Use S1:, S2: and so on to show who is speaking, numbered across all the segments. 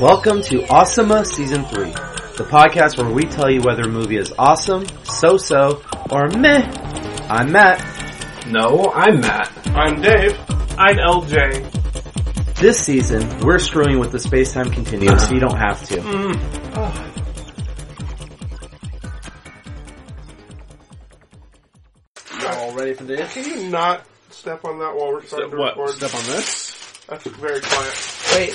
S1: Welcome to Awesomea Season 3, the podcast where we tell you whether a movie is awesome, so-so, or meh. I'm Matt.
S2: No, I'm Matt.
S3: I'm Dave. I'm LJ.
S1: This season, we're screwing with the space-time continuum so you don't have to.
S4: All ready for this?
S3: Can you not step on that while we're starting to
S2: what?
S3: record?
S2: Step on this?
S3: That's very quiet.
S4: Wait,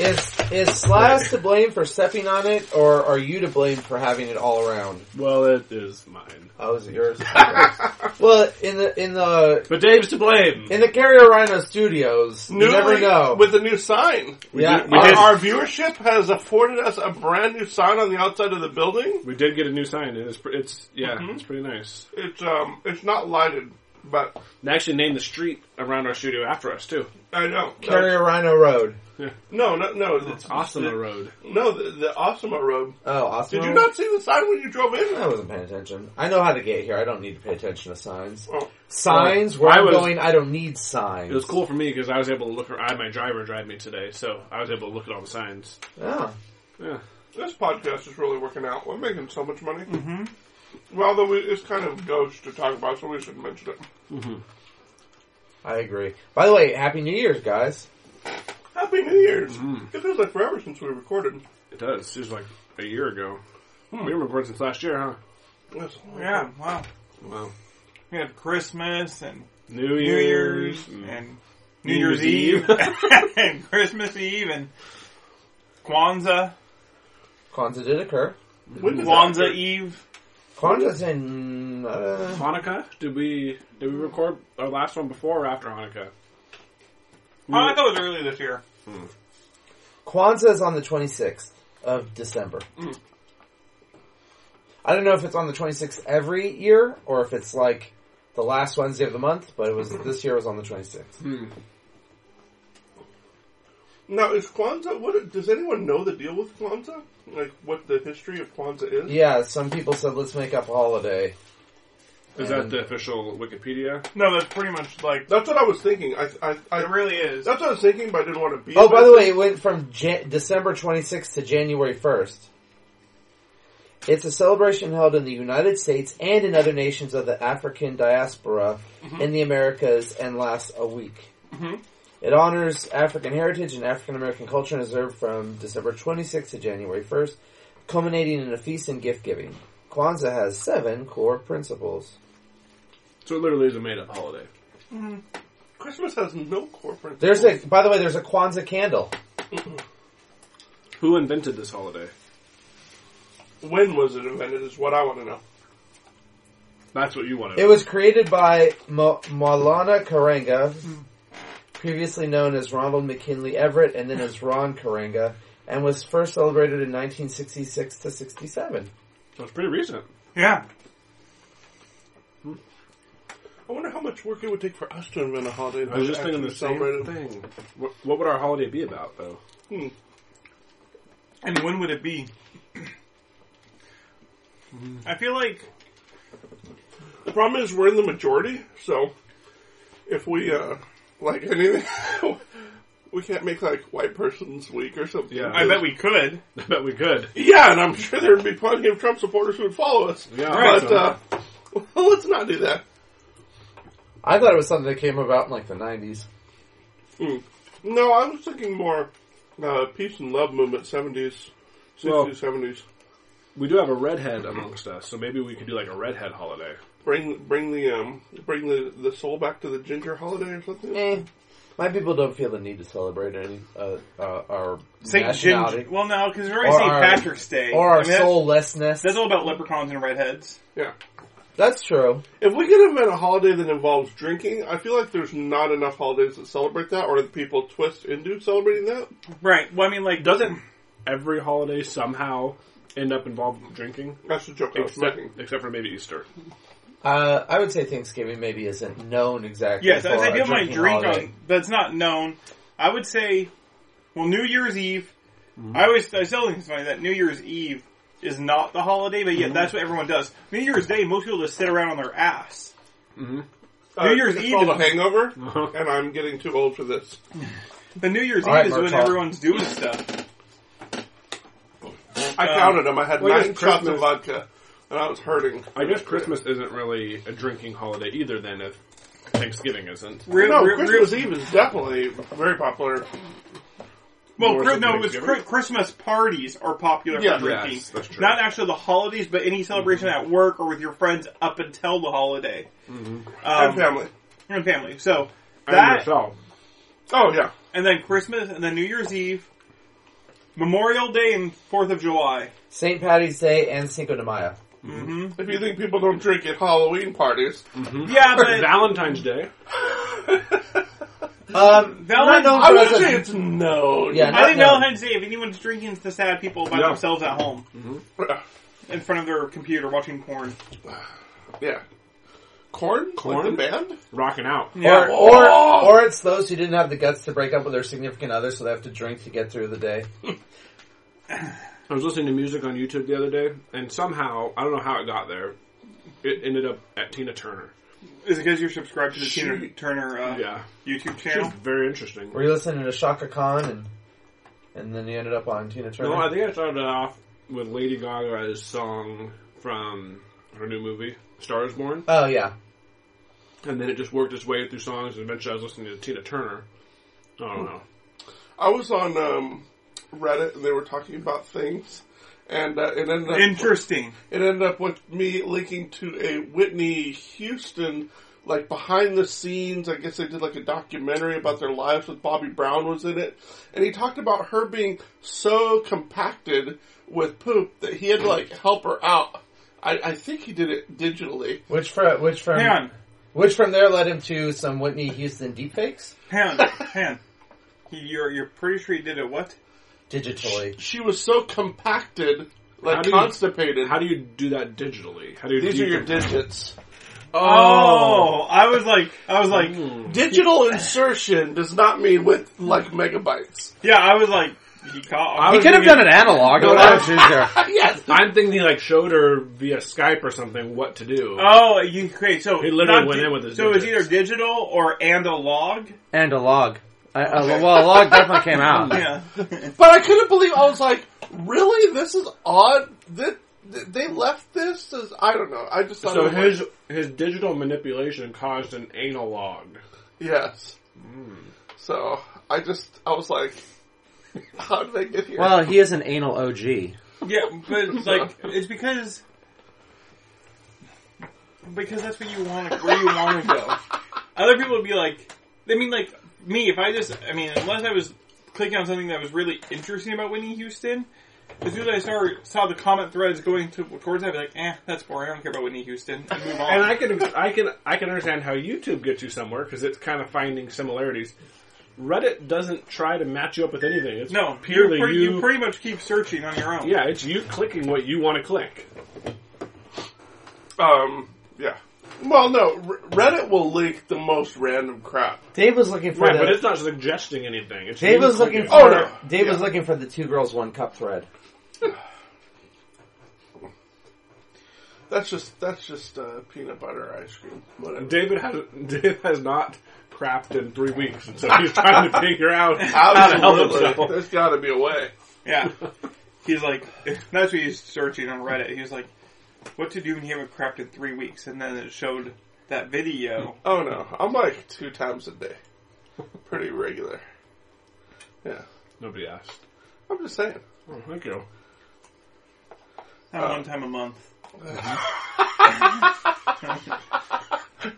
S4: is is Slash to blame for stepping on it, or are you to blame for having it all around?
S2: Well, it is mine.
S4: Oh, is it yours? well, in the in the
S2: But Dave's to blame.
S4: in the Carrier Rhino Studios, you never
S3: Newly-
S4: know.
S3: With the new sign.
S2: We
S4: Yeah,
S2: did, we,
S3: our,
S2: did,
S3: our viewership has afforded us a brand new sign on the outside of the building.
S2: we did get a new sign. and It's, pre- it's yeah, it's pretty nice.
S3: It's um, it's not lighted, but
S2: They actually named the street around our studio after us too.
S3: I know.
S4: Carrier Rhino Road.
S3: No, no, no. It's
S2: Awesome road.
S3: No, the, the Osama Road.
S4: Oh, awesome.
S3: Did you not see the sign when you drove in?
S4: I wasn't paying attention. I know how to get here. I don't need to pay attention to signs.
S3: Oh,
S4: Signs. Where
S2: I
S4: I'm
S2: was-
S4: going, I don't need signs.
S2: It was cool for me because I was able to look. I had my driver drive me today, so I was able to look at all the signs.
S4: Yeah.
S2: Yeah,
S3: this podcast is really working out. We're making so much money. Mm-hmm. Well, though we, it's kind of gauche to talk about, so we should mention it.
S4: I agree. By the way, Happy New Year's, guys.
S3: Happy New Year's!
S2: Mm-hmm.
S3: It feels like forever since we recorded.
S2: it does. It was like a year ago. We were recording since last year, huh?
S3: That's-
S5: Yeah, wow.
S2: Wow.
S5: We had Christmas and
S2: New Year's,
S5: New Year's
S2: Mm.
S5: and New, Year's, Eve and Christmas Eve and Kwanzaa.
S4: Kwanzaa did occur.
S3: When does that
S5: Kwanzaa
S3: occur?
S5: Eve.
S4: Kwanzaa's in. Uh,
S2: Hanukkah? Did we did we record our last one before or after Hanukkah?
S5: Oh, I thought it was early this year.
S4: Kwanzaa is on the 26th of December. I don't know if it's on the 26th every year or if it's like the last Wednesday of the month, but it was this year was on the 26th.
S3: Now, is Kwanzaa? What does anyone know the deal with Kwanzaa? Like what the history of Kwanzaa is?
S4: Yeah, some people said let's make up a holiday.
S2: Is that the official Wikipedia?
S5: No, that's pretty much like
S3: That's what I was thinking. I, I, I
S5: it really is.
S3: that's what I was thinking, but I didn't want to be.
S4: Oh, by the way, it went from Ja December 26th to January 1st. It's a celebration held in the United States and in other nations of the African diaspora in the Americas and lasts a week. It honors African heritage and African American culture and is observed from December 26th to January 1st, culminating in a feast and gift giving. Kwanzaa has seven core principles.
S2: So it literally is a made up holiday.
S3: Christmas has no corporate.
S4: There's a, by the way, there's a Kwanzaa candle.
S2: Who invented this holiday?
S3: when was it invented? Is what I want to know.
S2: That's what you want to
S4: It was created by Mo- Maulana Karenga, previously known as Ronald McKinley Everett and then as Ron Karenga, and was first celebrated in 1966 to 67.
S2: So it's pretty recent.
S5: yeah.
S3: I wonder how much work it would take for us to invent a holiday. that
S2: I was
S3: was
S2: just thinking the
S3: actually
S2: same
S3: celebrated.
S2: thing. What, what would our holiday be about, though?
S3: Hmm.
S5: And when would it be? I feel like
S3: The problem is we're in the majority, so if we uh, like anything, we can't make like White Person's Week or something.
S2: Yeah.
S5: I bet we could.
S2: I bet we could.
S3: Yeah, and I'm sure there'd be plenty of Trump supporters who would follow us.
S2: Yeah,
S3: but
S2: so-
S3: uh, well, let's not do that.
S4: I thought it was something that came about in like the 90s.
S3: Mm. No, I was thinking more uh, peace and love movement, seventies,
S2: Well-
S3: sixties, seventies.
S2: We do have a redhead amongst us, so maybe we could do like a redhead holiday.
S3: Bring bring the um bring the, the soul back to the ginger holiday or something.
S4: Eh, my people don't feel the need to celebrate any, uh, uh, our
S5: Saint
S4: nationality
S5: Ginger. Well, no, because we're already
S4: Or
S5: St.
S4: our-
S5: Patrick's Day.
S4: or our
S5: I mean, that-
S4: soullessness.
S5: That's all about leprechauns and redheads.
S3: Yeah.
S4: That's true.
S3: If we could invent a holiday that involves drinking, I feel like there's not enough holidays that celebrate that, or that people twist into celebrating that.
S5: Right. Well, I mean, like
S2: Doesn't every holiday somehow end up involved with drinking?
S3: That's the joke I was
S2: Except,
S3: making.
S2: except for maybe Easter.
S4: Uh, I would say Thanksgiving maybe isn't known exactly.
S5: Yes,
S4: for
S5: as I
S4: a
S5: give my
S4: drinking
S5: drink
S4: holiday.
S5: on that's not known, I would say, well, New Year's Eve. I always, I still think it's funny that New Year's Eve is not the holiday, but yet that's what everyone does. New Year's Day, most people just sit around on their ass
S3: Uh,
S5: New Year's
S3: it's
S5: Eve
S3: called
S5: is-
S3: a hangover, and I'm getting too old for this.
S5: The New Year's
S4: All right,
S5: Eve is when
S4: Murtaugh.
S5: everyone's doing stuff.
S3: I
S5: Um,
S3: counted them. I had
S2: well, yes,
S3: nine shots
S2: Christmas.
S3: of vodka, and I was hurting.
S2: I guess Christmas isn't really a drinking holiday either. Then if Thanksgiving isn't,
S5: Real,
S3: No,
S5: real-
S3: Christmas
S5: real-
S3: Eve is definitely very popular.
S5: Well,
S2: More
S5: Chri-
S2: than
S5: no, it's
S2: Thanksgiving.
S5: Chri- Christmas parties are popular
S3: Yeah,
S5: for drinking.
S2: yes, that's true.
S5: Not actually the holidays, but any celebration at work or with your friends up until the holiday. Um,
S2: Mm-hmm.
S3: and family.
S5: and family. So
S2: and
S5: that,
S2: yourself.
S3: Oh yeah,
S5: and then Christmas, and then New Year's Eve, Memorial Day, and Fourth of July.
S4: St. Patty's Day and Cinco de Mayo.
S5: hmm
S3: if you think people don't drink at Halloween parties,
S5: Yeah, but
S2: Valentine's Day.
S4: Um,
S5: Valentine's-
S4: no, no,
S3: I
S4: but
S3: would
S4: as a-
S3: say it's known.
S4: Yeah,
S5: I think
S4: no.
S5: Valentine's Day. If anyone's drinking, it's the sad people by
S2: Yeah.
S5: themselves at home
S2: Mm-hmm.
S5: in front of their computer watching porn.
S3: yeah. Corn,
S2: Corn?
S3: like the band.
S2: Rocking out.
S4: Or,
S5: Yeah,
S4: or, or it's those who didn't have the guts to break up with their significant other, so they have to drink to get through the day.
S2: I was listening to music on YouTube the other day, and somehow I don't know how it got there. It ended up at Tina Turner.
S5: is it because you're subscribed to the Tina
S3: Shoot.
S5: Turner uh,
S2: Yeah,
S5: YouTube
S2: she's
S5: channel?
S2: very interesting.
S4: Were you listening to Shaka Khan and and then you ended up on Tina Turner?
S2: No, I think I started off with Lady Gaga's song from her new movie, Star Is Born,
S4: oh yeah,
S2: and then it just worked its way through songs, and eventually I was listening to Tina Turner. I don't know.
S3: I was on um, Reddit, and they were talking about things, and uh, it ended up
S5: Interesting.
S3: it ended up with me linking to a Whitney Houston, like behind the scenes. I guess they did like a documentary about their lives with Bobby Brown was in it, and he talked about her being so compacted with poop that he had to like help her out. I, I think he did it digitally.
S4: which from which from
S5: Hang on,
S4: which from there led him to some Whitney Houston deepfakes
S5: hang on, hang on. You're you're pretty sure you did it. What?
S4: digitally.
S3: She was so compacted,
S2: How
S3: like
S2: do you-
S3: constipated.
S2: How do you do that digitally? How do you?
S3: These are your
S2: decom-
S3: digits.
S5: Oh, I was like, I was like,
S2: Oh. Hmm.
S3: Digital insertion does not mean with like megabytes.
S5: yeah, I was like, he caught.
S2: I
S5: I
S2: was
S5: was
S2: could have
S5: thinking-
S2: done
S4: an analog.
S2: No, I don't
S3: Uh, yes.
S2: I'm thinking he like showed her via Skype or something what to do.
S5: Oh, you, okay, so
S2: He literally
S5: not
S2: went in with his
S5: So it's
S2: digits.
S5: either digital or and a log.
S4: and a log. I, uh, well, a log definitely came out.
S5: Yeah,
S3: But I couldn't believe I was like, really? This is odd. That they left this as I don't know. I just thought
S2: so
S3: it was
S2: his his digital manipulation caused an anal log.
S3: yes. Hmm. So I just I was like, how did they get here?
S6: Well, he is an anal OG.
S5: yeah, but it's like it's because because that's what you want. Where you want to go. Other people would be like, I mean, like me. If I just, I mean, unless I was clicking on something that was really interesting about Whitney Houston, as soon as I saw, saw the comment threads going to, towards, that, I'd be like, eh, that's boring. I don't care about Whitney Houston. And move on.
S2: And I can I can I can understand how YouTube gets you somewhere because it's kind of finding similarities. Reddit doesn't try to match you up with anything. It's
S5: no,
S2: purely
S5: you, pre-
S2: you.
S5: you pretty much keep searching on your own.
S2: yeah, it's you clicking what you want to click.
S3: um, yeah. Well, no. R- Reddit will link the most random crap.
S6: Dave was looking for
S2: Right,
S6: the.
S2: but it's not suggesting anything. It's
S6: Dave
S2: you
S6: was looking
S2: clicking.
S6: for.
S3: Oh, no.
S6: Dave was
S3: Yeah.
S6: looking for the two girls one cup thread.
S3: That's just that's just uh, peanut butter ice cream. Whatever.
S2: David has Dave has not crapped in three weeks, and so he's trying to figure out how to help
S3: Absolutely.
S2: himself.
S3: There's got to be a way.
S5: Yeah. He's like, that's what he's searching on Reddit. He was like, what to do when you haven't crapped in three weeks? And then it showed that video.
S3: Oh no, I'm like two times a day, pretty regular. Yeah,
S2: Nobody asked.
S3: I'm just saying.
S2: Oh, thank you.
S5: Not one time a month.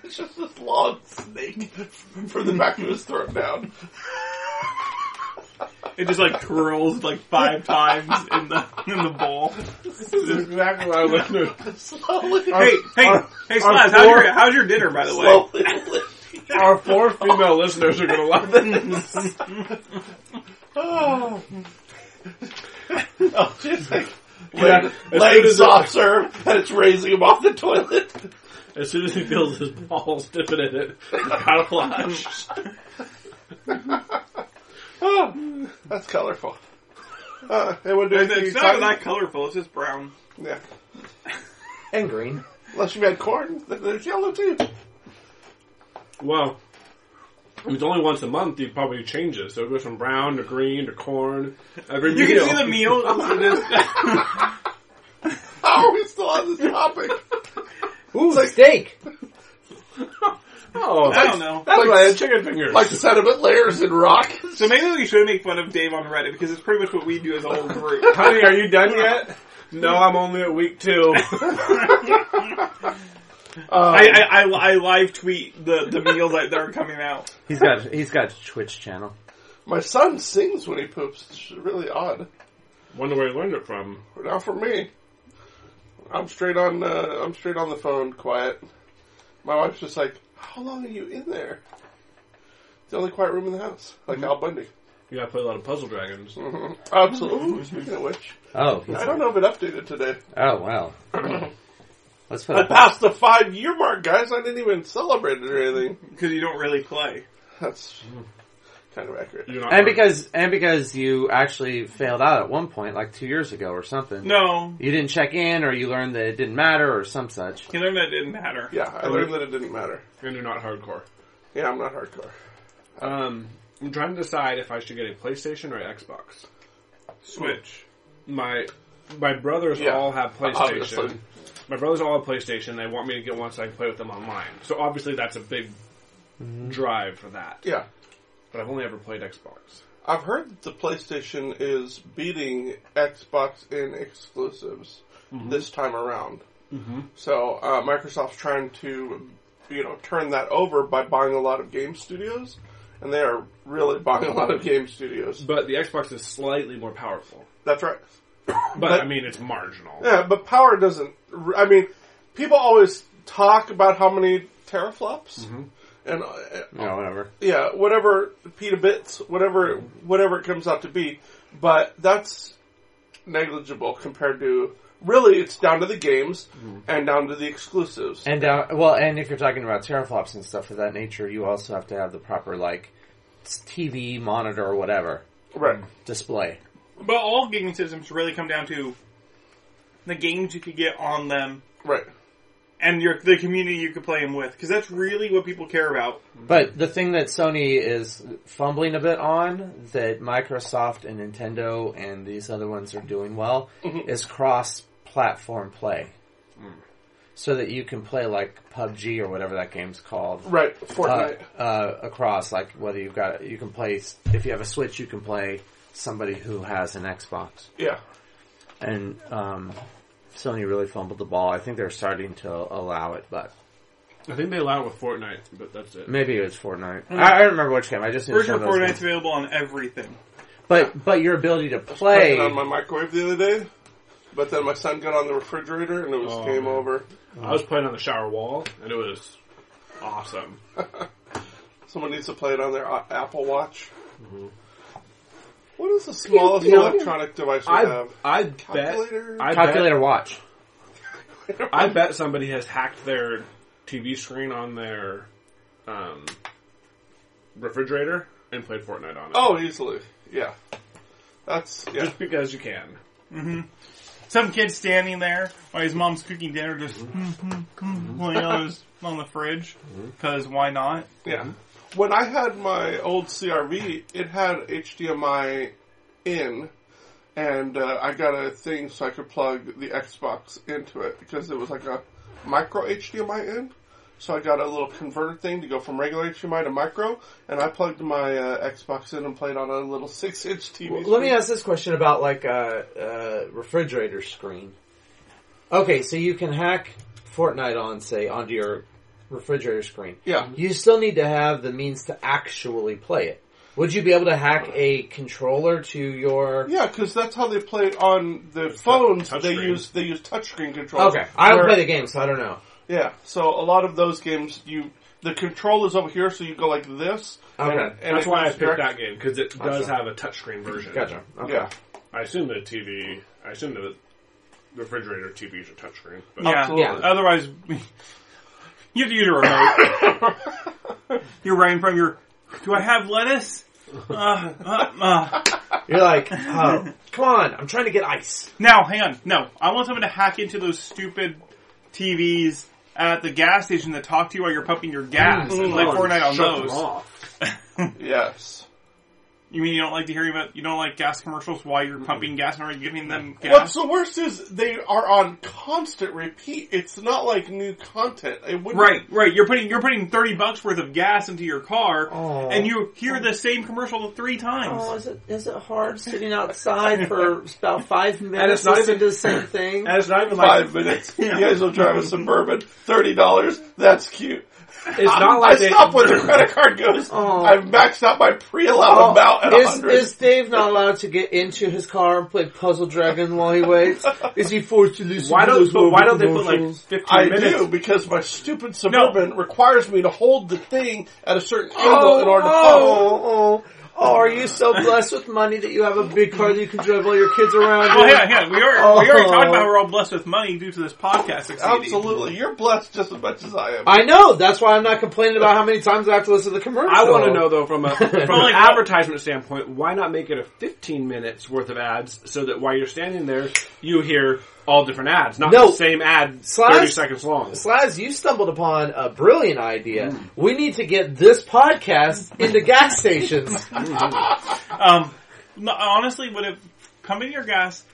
S3: It's just this long snake from the back of his throat down.
S5: It just like twirls like five times in the in the bowl.
S2: This is exactly what I was doing.
S3: Slowly,
S5: Hey, hey, hey, Slash, how's
S2: four-
S5: your, how's your dinner, by the way?
S3: slowly.
S2: Our four female listeners are going to love this.
S3: oh, oh just like
S2: Yeah,
S3: leg,
S2: as soon as
S3: legs
S2: it-
S3: off serve, and it's raising him off the toilet.
S2: As soon as he feels his balls dipping in it, he's got a flash.
S3: Oh, that's colorful. Uh, anyone do anything
S5: It's not
S3: exciting?
S5: that colorful, it's just brown.
S3: yeah.
S4: And green.
S3: Unless you had corn, then there's yellow too.
S2: Well, if it's only once a month, you probably change it. So it goes from brown to green to corn. Every
S5: You
S2: meal.
S5: can see the meal.
S3: How are we still on this topic?
S4: Ooh, steak.
S2: Oh,
S5: I don't know.
S2: That's
S3: Like-
S2: why I had chicken fingers.
S3: Like sediment layers in rock.
S5: So maybe we should make fun of Dave on Reddit because it's pretty much what we do as a whole group.
S2: honey, are you done yet? No, I'm only at week two.
S3: Um,
S5: I, I, I, I live tweet the, the meals that that are coming out.
S6: He's got he's got a Twitch channel.
S3: My son sings when he poops. It's really odd.
S2: Wonder where I learned it from.
S3: Not for me. I'm straight on. Uh, I'm straight on the phone. Quiet. My wife's just like, "How long are you in there?" It's the only quiet room in the house, like Al Bundy.
S2: You gotta play a lot of Puzzle Dragons.
S3: hmm Absolutely. Ooh, speaking of which,
S6: Oh, he's
S3: I don't know if it updated today.
S6: oh wow. Let's put
S3: I
S6: a,
S3: passed the five year mark, guys. I didn't even celebrate it or anything.
S5: Because you don't really play.
S3: That's kind of accurate.
S2: You're not
S6: and
S2: wrong.
S6: because and because you actually failed out at one point, like two years ago or something.
S5: No.
S6: You didn't check in, or you learned that it didn't matter, or some such.
S5: He learned that it didn't matter.
S3: Yeah, I learned that it didn't matter.
S2: and you're not hardcore.
S3: Yeah, I'm not hardcore.
S2: Um, I'm trying to decide if I should get a PlayStation or an Xbox.
S5: Switch.
S2: My my brothers
S3: Yeah,
S2: all have PlayStation.
S3: obviously.
S2: My brothers all have PlayStation. They want me to get one so I can play with them online. So obviously that's a big drive for that.
S3: Yeah,
S2: But I've only ever played Xbox.
S3: I've heard that the PlayStation is beating Xbox in exclusives this time around. So uh, Microsoft's trying to, you know, turn that over by buying a lot of game studios, and they are really buying a lot of game studios.
S2: But the Xbox is slightly more powerful.
S3: That's right.
S2: But, I mean, it's marginal.
S3: Yeah, but power doesn't. I mean, people always talk about how many teraflops and uh,
S6: No, whatever.
S3: yeah, whatever petabits, whatever whatever it comes out to be, but that's negligible compared to really it's down to the games and down to the exclusives.
S6: And uh, well, and if you're talking about teraflops and stuff of that nature, you also have to have the proper like TV monitor or whatever
S3: right.
S6: display.
S5: But all gaming systems really come down to the games you could get on them
S3: Right.
S5: and your the community you could play them with. Because that's really what people care about.
S6: But the thing that Sony is fumbling a bit on that Microsoft and Nintendo and these other ones are doing well
S3: Mm-hmm.
S6: is cross-platform play.
S3: Mm.
S6: So that you can play like PUBG or whatever that game's called
S3: Right.
S6: uh,
S3: Fortnite.
S6: uh, across like whether you've got you can play if you have a Switch you can play somebody who has an Xbox.
S3: yeah.
S6: and um, Sony really fumbled the ball. I think they're starting to allow it, but
S2: I think they allow it with Fortnite, but that's it.
S6: maybe it was Fortnite.
S3: Mm.
S6: I, I don't remember which game. I just didn't
S5: Version
S6: show
S5: of
S6: those
S5: Fortnite's
S6: games.
S5: available on everything.
S6: But but your ability to
S3: Put
S6: play,
S3: it on my microwave the other day, but then my son got on the refrigerator and it was
S2: Oh,
S3: game
S2: man.
S3: over.
S2: I was playing on the shower wall, and it was awesome.
S3: Someone needs to play it on their uh, Apple Watch. What is the smallest electronic device we
S2: I
S3: have?
S2: I bet
S3: Calculator?
S2: I bet,
S6: calculator, watch.
S2: I bet somebody has hacked their TV screen on their um, refrigerator and played Fortnite on it.
S3: Oh, easily. Yeah. That's yeah.
S2: Just because you can.
S5: Some kid standing there while his mom's cooking dinner, just playing on, his, on the fridge. Because why not?
S3: Yeah. Mm-hmm. When I had my old CRV, it had HDMI in, and uh, I got a thing so I could plug the Xbox into it because it was like a micro HDMI in. So I got a little converter thing to go from regular HDMI to micro, and I plugged my uh, Xbox in and played on a little six-inch TV.
S4: Let me
S3: screen.
S4: ask this question about like a, uh refrigerator screen. Okay, so you can hack Fortnite on, say, onto your refrigerator screen.
S3: Yeah.
S4: You still need to have the means to actually play it. Would you be able to hack a controller to your?
S3: Yeah, because that's how they play it on the phones.
S2: touch
S3: they
S2: screen.
S3: use they use touchscreen controls.
S4: Okay, I don't
S3: Where-
S4: play the game, so I don't know.
S3: Yeah, so a lot of those games, you the control is over here, so you go like this.
S4: Okay.
S2: That's
S3: it
S2: why I
S3: goes
S2: picked
S3: direct-
S2: that game because it does have a touchscreen version.
S4: Gotcha. Okay.
S3: Yeah,
S2: I assume the TV. I assume the refrigerator TVs are touchscreen. But
S5: Yeah.
S3: Absolutely.
S4: Yeah.
S5: Otherwise, you have to use your remote. You're right in front of your. Do I have lettuce? Uh, uh, uh.
S4: You're like, oh, come on, I'm trying to get ice.
S5: Now, hang on. No, I want someone to hack into those stupid TVs at the gas station that talk to you while you're pumping your gas. It's like Fortnite
S2: Mm.
S5: on
S2: Oh, Shut them
S5: those.
S2: off.
S3: Yes.
S5: You mean you don't like to hear about you don't like gas commercials while you're pumping gas and already giving them
S2: Mm.
S3: What's
S5: gas?
S3: the worst is they are on constant repeat. It's not like new content. It wouldn't
S5: Right, right. You're putting you're putting thirty bucks worth of gas into your car,
S4: Oh.
S5: and you hear the same commercial three times.
S4: Oh, is it is it hard sitting outside for about five minutes
S2: it's not
S4: listening
S2: even-
S4: to the same thing?
S2: And it's not even like
S3: five minutes. You guys will drive a suburban. Thirty dollars. That's cute.
S2: it's not like
S3: I
S2: they
S3: stop when the credit card goes.
S4: Oh.
S3: I've maxed out my pre-allowed
S4: Oh,
S3: amount at
S4: is,
S3: hundred.
S4: is Dave not allowed to get into his car and play Puzzle Dragon while he waits? Is he forced to listen
S2: why
S4: to
S2: don't
S4: those
S2: but why
S4: horrible
S2: don't they put like
S4: commercials?
S2: fifteen
S3: I
S2: minutes?
S3: do because my stupid suburban requires me to hold the thing at a certain angle in order to pump.
S4: oh, oh, oh, are you so blessed with money that you have a big car that you can drive all your kids around?
S5: Well,
S4: in?
S5: yeah, yeah. We already we already talked about we're all blessed with money due to this podcast. Succeeding.
S3: Oh. Absolutely, you're blessed just as much as I am.
S4: I know. That's why I'm not complaining about how many times I have to listen to the commercial.
S2: I want to know though, from a from
S5: Like,
S2: an advertisement standpoint, why not make it a 15 minutes worth of ads so that while you're standing there, you hear all different ads, not
S4: No.
S2: the same ad
S4: Slash-
S2: 30 seconds long.
S4: Slaz, you stumbled upon a brilliant idea.
S3: Mm.
S4: We need to get this podcast into gas stations.
S5: Um, no, honestly, what if pumping your gas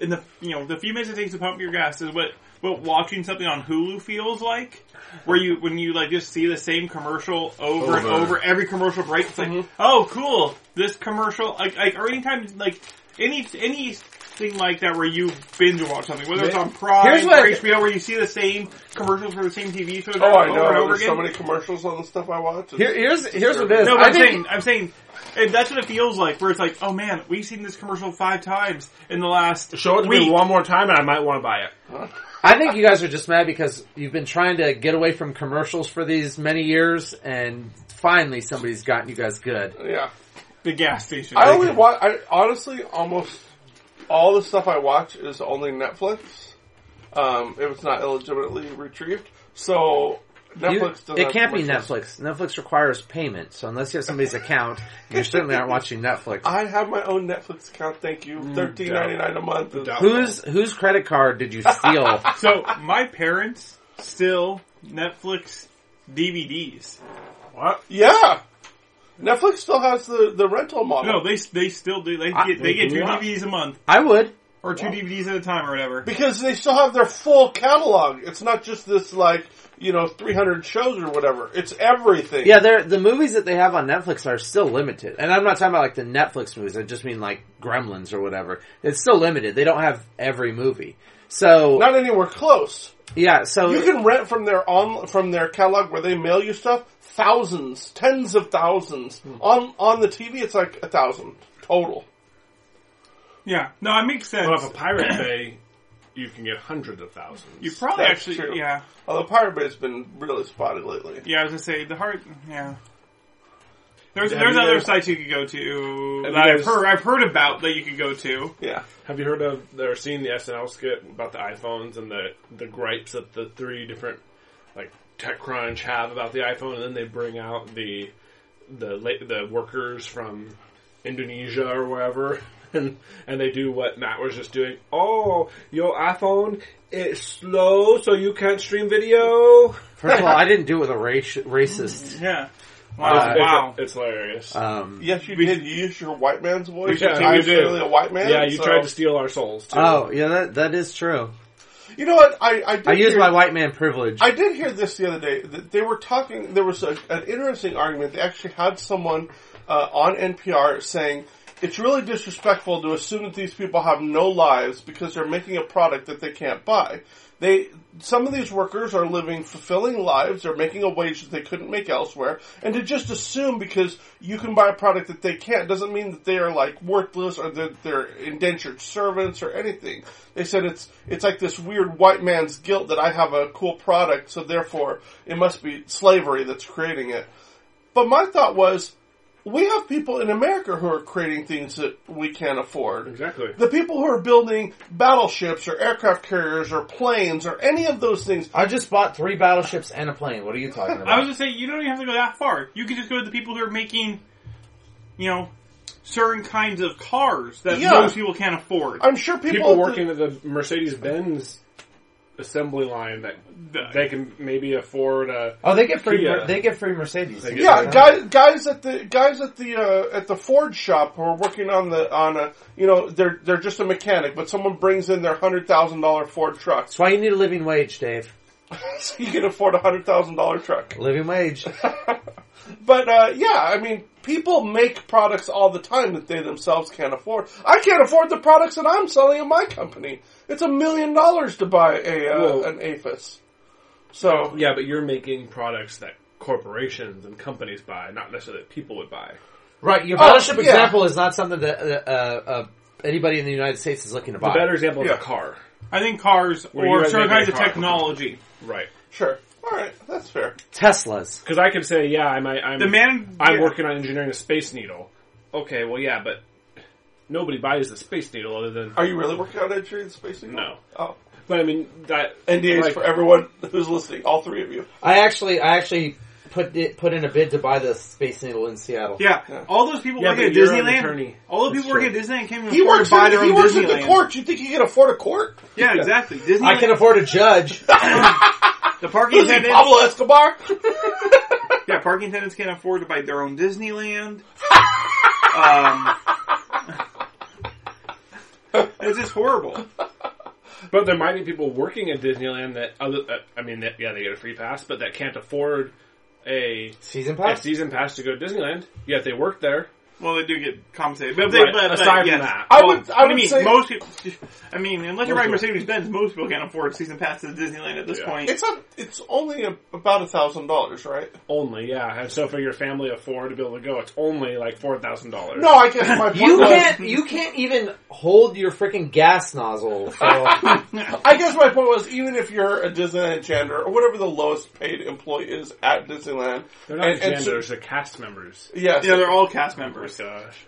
S5: in the you know the few minutes it takes to pump your gas is what what watching something on Hulu feels like, where you when you like just see the same commercial over, and
S2: Over.
S5: over every commercial break. It's like,
S4: Mm-hmm.
S5: oh, cool, this commercial like like or anytime like any anything like that where you binge watch something, whether it's on Prime
S4: Here's what
S5: or
S4: I-
S5: HBO, where you see the same commercials for the same TV shows
S3: Oh, I
S5: over and
S3: know.
S5: over
S3: There's so
S5: again.
S3: many commercials on the stuff I watch. It's-
S4: Here, here's here's what it is.
S5: No, but
S4: I
S5: I'm
S4: think-
S5: saying, I'm saying, and that's what it feels like, where it's like, oh man, we've seen this commercial five times in the last
S2: Show it to
S5: week.
S2: me one more time, and I might want to buy it.
S4: I think you guys are just mad because you've been trying to get away from commercials for these many years, and finally somebody's gotten you guys good.
S3: Yeah,
S5: The gas station.
S3: I only watch. I honestly almost all the stuff I watch is only Netflix. Um, if it's not illegitimately retrieved, so
S4: You-
S3: Netflix. doesn't
S4: it
S3: have
S4: can't be
S3: commercials.
S4: Netflix. Netflix requires payment, so unless you have somebody's account, you certainly aren't watching Netflix.
S3: I have my own Netflix account. Thank you. Thirteen ninety nine a month.
S4: Whose whose credit card did you steal?
S5: so my parents still Netflix DVDs.
S2: What?
S3: Yeah, Netflix still has the the rental model
S5: No, they they still do. They
S4: I-
S5: get they get two
S2: Yeah.
S5: DVDs a month
S4: I would.
S5: or two DVDs at a time or whatever.
S3: because they still have their full catalog. It's not just this like you know three hundred shows or whatever. It's everything.
S4: Yeah, they're, the movies that they have on Netflix are still limited, and I'm not talking about like the Netflix movies. I just mean like Gremlins or whatever. It's still limited. They don't have every movie. So
S3: not anywhere close.
S4: yeah, so
S3: You can rent from their on from their catalog where they mail you stuff. Thousands, tens of thousands
S4: Hmm.
S3: on on the TV. It's like a thousand total.
S5: Yeah, no, it makes sense.
S2: Well, if a pirate bay, you can get hundreds of thousands.
S5: you probably
S3: That's
S5: actually,
S3: true.
S5: yeah,
S3: Although Pirate Bay's been really spotty lately.
S5: yeah. I was gonna say the hard, yeah. There's
S2: Have
S5: there's
S2: you
S5: other
S2: guys-
S5: sites you could go to
S2: Have
S5: that
S2: you
S5: I've
S2: guys-
S5: heard I've heard about that you could go to.
S3: Yeah,
S2: Have you heard of or seen the SNL skit about the iPhones and the the gripes that the three different like TechCrunch have about the iPhone, and then they bring out the the la- the workers from Indonesia or wherever, and and they do what Matt was just doing. Oh, your iPhone it's slow, so you can't stream video.
S4: First of all, I didn't do it with a raci- racist.
S5: Yeah.
S2: It's-
S5: Wow.
S2: it's,
S5: wow.
S2: it's hilarious.
S4: Um,
S3: yes, you did. You used your white man's voice.
S2: Yeah,
S3: I'm
S2: you did.
S3: clearly a white man.
S2: yeah, you
S3: so-
S2: tried to steal our souls too.
S4: oh, yeah, that, that is true.
S3: You know what? I I, did
S4: I use
S3: hear-
S4: my white man privilege.
S3: I did hear this the other day. That they were talking. There was a, an interesting argument. They actually had someone uh, on NPR saying it's really disrespectful to assume that these people have no lives because they're making a product that they can't buy. They some of these workers are living fulfilling lives. They're making a wage that they couldn't make elsewhere, and to just assume because you can buy a product that they can't doesn't mean that they are like worthless or that they're indentured servants or anything. They said it's it's like this weird white man's guilt that I have a cool product, so therefore it must be slavery that's creating it. But my thought was, we have people in America who are creating things that we can't afford.
S2: Exactly.
S3: The people who are building battleships or aircraft carriers or planes or any of those things.
S4: I just bought three battleships and a plane. What are you talking
S5: I was just saying, you don't even have to go that far. You can just go to the people who are making, you know, certain kinds of cars that
S3: Yeah.
S5: most people can't afford.
S3: I'm sure people,
S2: people working at the Mercedes Benz assembly line that they can maybe afford a.
S4: Oh, they get free.
S2: Yeah.
S4: They get free Mercedes.
S2: They get-
S3: Yeah, guys, guys at the guys at the uh, at the Ford shop who are working on the on a you know they're they're just a mechanic, but someone brings in their hundred thousand dollar Ford truck,
S6: That's why you need a living wage, Dave.
S3: so you can afford a hundred thousand dollar truck.
S6: Living wage.
S3: But uh, yeah, I mean, people make products all the time that they themselves can't afford. I can't afford the products that I'm selling in my company. It's a million dollars to buy a
S2: Well-
S3: uh, an Aphis. So
S2: Yeah, but you're making products that corporations and companies buy, not necessarily that people would buy.
S6: Right, your
S3: Oh,
S6: battleship
S3: yeah.
S6: example is not something that uh, uh, uh, anybody in the United States is looking to
S2: The
S6: buy.
S2: better example
S3: Yeah.
S2: is a car.
S5: I think cars
S2: Where you
S5: or
S2: guys
S5: certain
S2: make
S5: kinds
S2: a
S5: of
S2: car.
S5: technology.
S2: Right.
S3: sure, all right, that's fair.
S6: Teslas.
S2: Because I can say, yeah, I'm, I, I'm,
S5: The man,
S2: I'm
S5: yeah.
S2: working on engineering a space needle. Okay, well, yeah, but nobody buys the space needle other than.
S3: Are you really working on entry in space? Needle?
S2: No.
S3: Oh.
S2: But I mean, that.
S3: NDAs
S2: like-
S3: for everyone who's listening, all three of you.
S6: I actually, I actually put it, put in a bid to buy the Space Needle in Seattle.
S5: Yeah.
S3: Yeah.
S5: all those people
S2: Yeah,
S5: working at
S2: but you're an
S5: Disneyland.
S2: attorney.
S5: All the
S6: That's
S5: people working
S6: true.
S5: at Disneyland can't even
S3: He
S5: afford
S3: works
S5: to buy
S3: in,
S5: their
S3: he
S5: own
S3: works in
S5: Disneyland.
S3: the court. You think he can afford a court?
S5: Yeah, exactly. Disneyland.
S6: I can afford a judge.
S5: the parking
S3: Is he
S5: attendants.
S3: Pablo Escobar?
S5: Yeah, parking attendants can't afford to buy their own Disneyland. um, it's just horrible.
S2: But there might be people working at Disneyland that other, uh, I mean, that, yeah, they get a free pass, but that can't afford a,
S6: Season
S2: a
S6: pass.
S2: season pass to go to Disneyland. Yet they work there.
S5: Well, they do get compensated, but, they,
S2: Right,
S5: but, but
S2: aside from
S5: yes.
S2: that.
S3: I
S5: Well,
S3: would- I
S5: what
S3: would
S5: mean,
S3: say-
S5: most people. I mean, unless you're
S2: Most
S5: riding
S2: people-
S5: Mercedes Benz, most people can't afford season passes to Disneyland at this
S2: Yeah.
S5: point.
S3: It's a, it's only a, about a thousand dollars, right?
S2: Only, yeah. And so for your family of four to be able to go, it's only like four thousand dollars.
S3: No, I guess my point
S6: You
S3: was,
S6: can't, you can't even hold your freaking gas nozzle. So
S3: I guess my point was, even if you're a Disneyland enchanter or whatever the lowest paid employee is at Disneyland,
S2: they're not
S3: and- and so-
S2: janitors; they're cast members.
S3: yes,
S5: yeah,
S3: yeah,
S5: they're all cast
S2: Oh my
S5: members.
S2: gosh,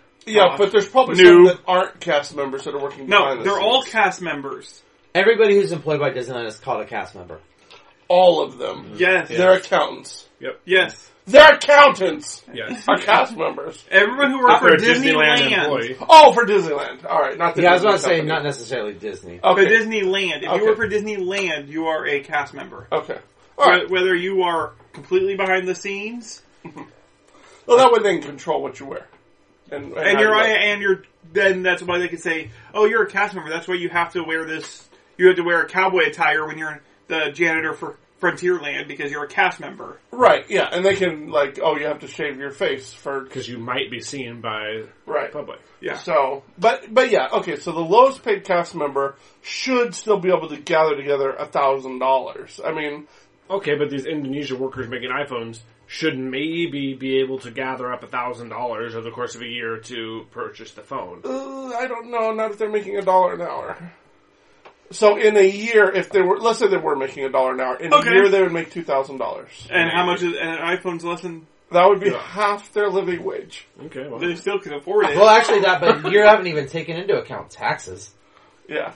S3: but there's probably
S5: New.
S3: some that aren't cast members that are working. behind the
S5: No, they're all
S3: scenes.
S5: cast members.
S6: everybody who's employed by Disneyland is called a cast member.
S3: all of them.
S5: Yes,
S3: They're accountants.
S2: yep,
S5: yes.
S3: Their accountants
S2: yes.
S3: are cast members.
S5: Everyone who works
S2: Not
S5: for
S2: for a
S5: Disneyland,
S2: employee.
S3: Oh, for Disneyland. All right, not the
S6: Yeah, I was
S3: Disney
S6: about to say
S3: company.
S6: not necessarily Disney.
S5: for
S3: Okay.
S5: Disneyland. If
S3: Okay.
S5: you work for Disneyland, you are a cast member.
S3: Okay. All right.
S5: Wh- Whether you are completely behind the scenes
S3: Well, that way they can control what you wear. And, and,
S5: and
S3: how you
S5: you're
S3: look.
S5: and you're then that's why they could say, "Oh, you're a cast member. That's why you have to wear this. You have to wear a cowboy attire when you're the janitor for Frontierland because you're a cast member."
S3: Right, yeah. And they can, like, oh, you have to shave your face for.
S2: Because you might be seen by the
S3: Right.
S2: public.
S5: Yeah,
S3: So, but, but yeah, okay, so the lowest paid cast member should still be able to gather together a thousand dollars. I mean,
S2: Okay, but these Indonesia workers making iPhones should maybe be able to gather up a thousand dollars over the course of a year to purchase the phone.
S3: uh, I don't know, not if they're making a dollar an hour. So in a year, if they were, let's say they were making a dollar an hour, in
S5: Okay.
S3: a year they would make two thousand dollars.
S5: and how much is and an iPhone's less than
S3: That would be
S2: Yeah.
S3: half their living wage.
S2: Okay, well,
S5: they still can afford it.
S6: Well, actually, that but you haven't even taken into account taxes.
S3: Yeah.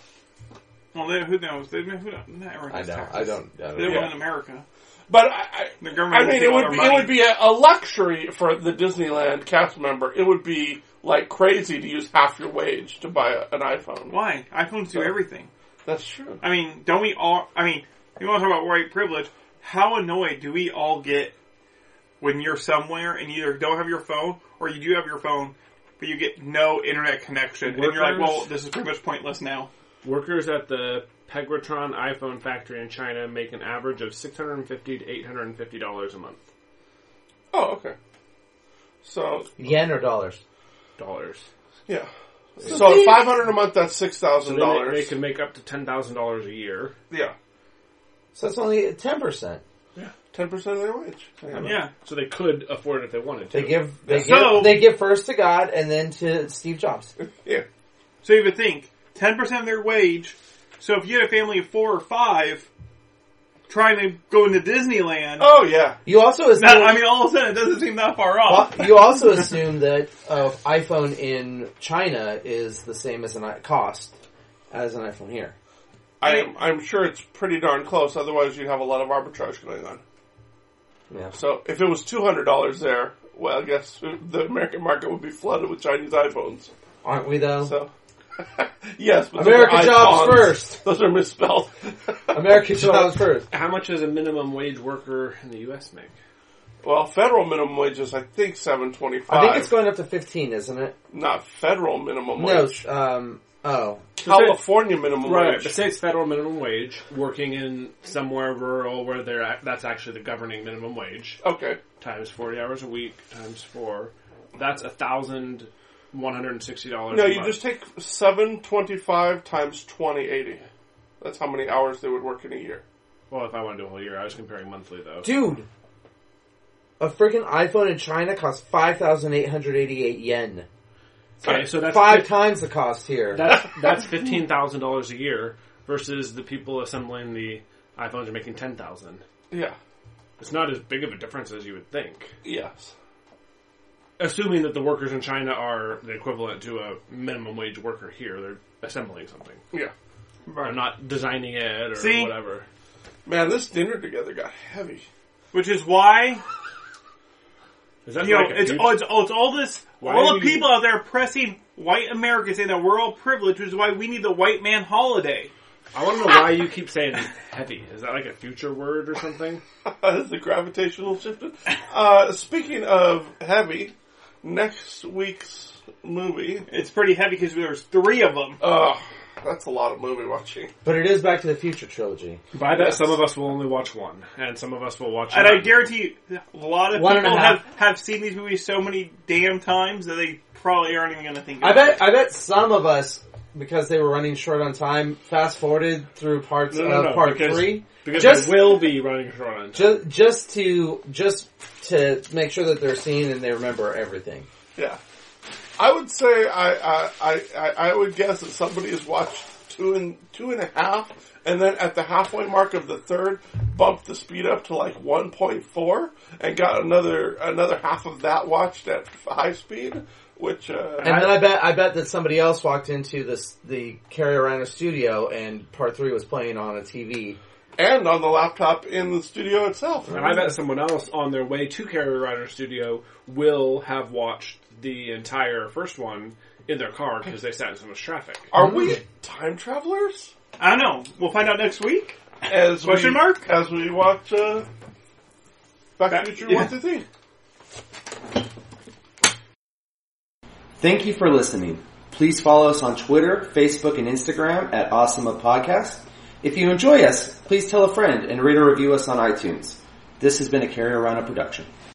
S5: Well, they, who knows? They, who knows? Not everyone has taxes.
S6: I
S5: They live
S3: Yeah.
S5: in America.
S3: But I, I,
S5: The government.
S3: I mean, it would be, it would be a, a luxury for the Disneyland cast member. It would be like crazy to use half your wage to buy a, an iPhone.
S5: Why iPhones do everything?
S3: That's true.
S5: I mean, don't we all? I mean, you want to talk about white privilege? How annoyed do we all get when you're somewhere and you either don't have your phone or you do have your phone, but you get no internet connection, and you're like,
S2: Workers?
S5: "Well, this is pretty much pointless now."
S2: workers at the Pegatron iPhone factory in China make an average of six hundred and fifty to eight hundred and fifty dollars a month.
S3: Oh, okay. So
S6: Yen or dollars?
S2: Dollars.
S3: yeah. So at five hundred a month, that's six thousand
S2: Then they, they
S3: dollars.
S2: can make up to ten thousand dollars a year.
S3: Yeah,
S6: So that's only ten percent.
S3: ten percent of their wage. Yeah.
S5: Yeah,
S2: So they could afford it if they wanted to.
S6: They give they
S5: So-
S6: give they give first to God and then to Steve Jobs.
S3: Yeah.
S5: so you would think ten percent of their wage. So if you had a family of four or five trying to go into Disneyland,
S3: Oh yeah.
S6: You also assume
S5: that, I mean, all of a sudden it doesn't seem that far off.
S6: you also assume that uh, iPhone in China is the same as an i- cost as an iPhone here.
S3: I am, I'm sure it's pretty darn close. Otherwise, you'd have a lot of arbitrage going on.
S6: Yeah.
S3: So if it was two hundred dollars there, well, I guess the American market would be flooded with Chinese iPhones.
S6: Aren't we though?
S3: So yes, but those
S4: America
S3: are
S4: jobs
S3: icons.
S4: first.
S3: Those are misspelled.
S4: American jobs first.
S2: How much does a minimum wage worker in the U.S. make?
S3: well, federal minimum wage is, I think, seven twenty-five.
S4: I think it's going up to 15, isn't it?
S3: not federal minimum
S4: No,
S3: wage.
S4: um, oh.
S3: California minimum
S2: Right, but
S3: wage.
S2: say it's federal minimum wage, working in somewhere rural where they're at, that's actually the governing minimum wage
S3: Okay,
S2: times forty hours a week times four. That's a thousand one hundred and sixty dollars.
S3: no,
S2: a
S3: you
S2: month.
S3: just take seven twenty-five times twenty eighty. That's how many hours they would work in a year.
S2: well, if I want to do a whole year, I was comparing monthly though.
S4: Dude! A freaking iPhone in China costs 5,888 yen.
S2: Okay, so that's
S4: Five times the cost here.
S2: that's that's fifteen thousand dollars a year versus the people assembling the iPhones are making ten thousand.
S3: Yeah.
S2: It's not as big of a difference as you would think.
S3: Yes.
S2: Assuming that the workers in China are the equivalent to a minimum wage worker here, they're assembling something.
S3: Yeah.
S2: They're not designing it or
S5: See?
S2: whatever.
S3: Man, this dinner together got heavy.
S5: Which is why
S2: Is that
S5: you know
S2: like a
S5: it's
S2: huge-
S5: all, it's, all, it's all this
S2: Why
S5: all
S2: do
S5: the
S2: you-
S5: people out there pressing white America saying that we're all privileged, which is why we need the white man holiday.
S2: I want to know why you keep saying heavy. Is that like a future word or something?
S3: this is a gravitational shift. Uh, speaking of heavy, next week's movie.
S5: It's pretty heavy because there's three of
S2: Oh
S5: them.
S3: Uh, that's a lot of movie watching.
S4: But it is Back to the Future trilogy.
S2: By that, some of us will only watch one, and some of us will watch.
S5: And I
S2: none.
S5: guarantee you, a lot of
S4: One and a
S5: people have,
S4: half.
S5: have seen these movies so many damn times that they probably aren't even going to think
S4: I
S5: about
S4: bet, I bet some of us, because they were running short on time, fast forwarded through parts
S2: No, no,
S4: of
S2: no,
S4: uh, part
S2: because-
S4: three.
S2: because
S4: just-
S2: I will be running short on. time.
S4: Just, just to, just to make sure that they're seen and they remember everything.
S3: Yeah. I would say I, I, I, I- I would guess that somebody has watched two and two and a half, and then at the halfway mark of the third, bumped the speed up to like one point four, and got another another half of that watched at high speed. Which uh,
S4: And then I bet I bet that somebody else walked into this the Carrie Reiner studio and part three was playing on a TV.
S3: and on the laptop in the studio itself.
S2: And I bet someone else on their way to Carrie Rider Studio will have watched the entire first one in their car because they sat in so much traffic.
S3: Are we
S2: Mm-hmm.
S3: time travelers?
S5: it. I don't know. We'll find out next week.
S3: As
S5: Question
S3: we,
S5: mark?
S3: As we watch uh, Back
S5: Back-
S3: to the Future
S5: yeah.
S3: One Two Three.
S1: Thank you for listening. Please follow us on Twitter, Facebook, and Instagram at Awesome Podcast. If you enjoy us, please tell a friend and rate or review us on iTunes. This has been a Carrier Rhino production.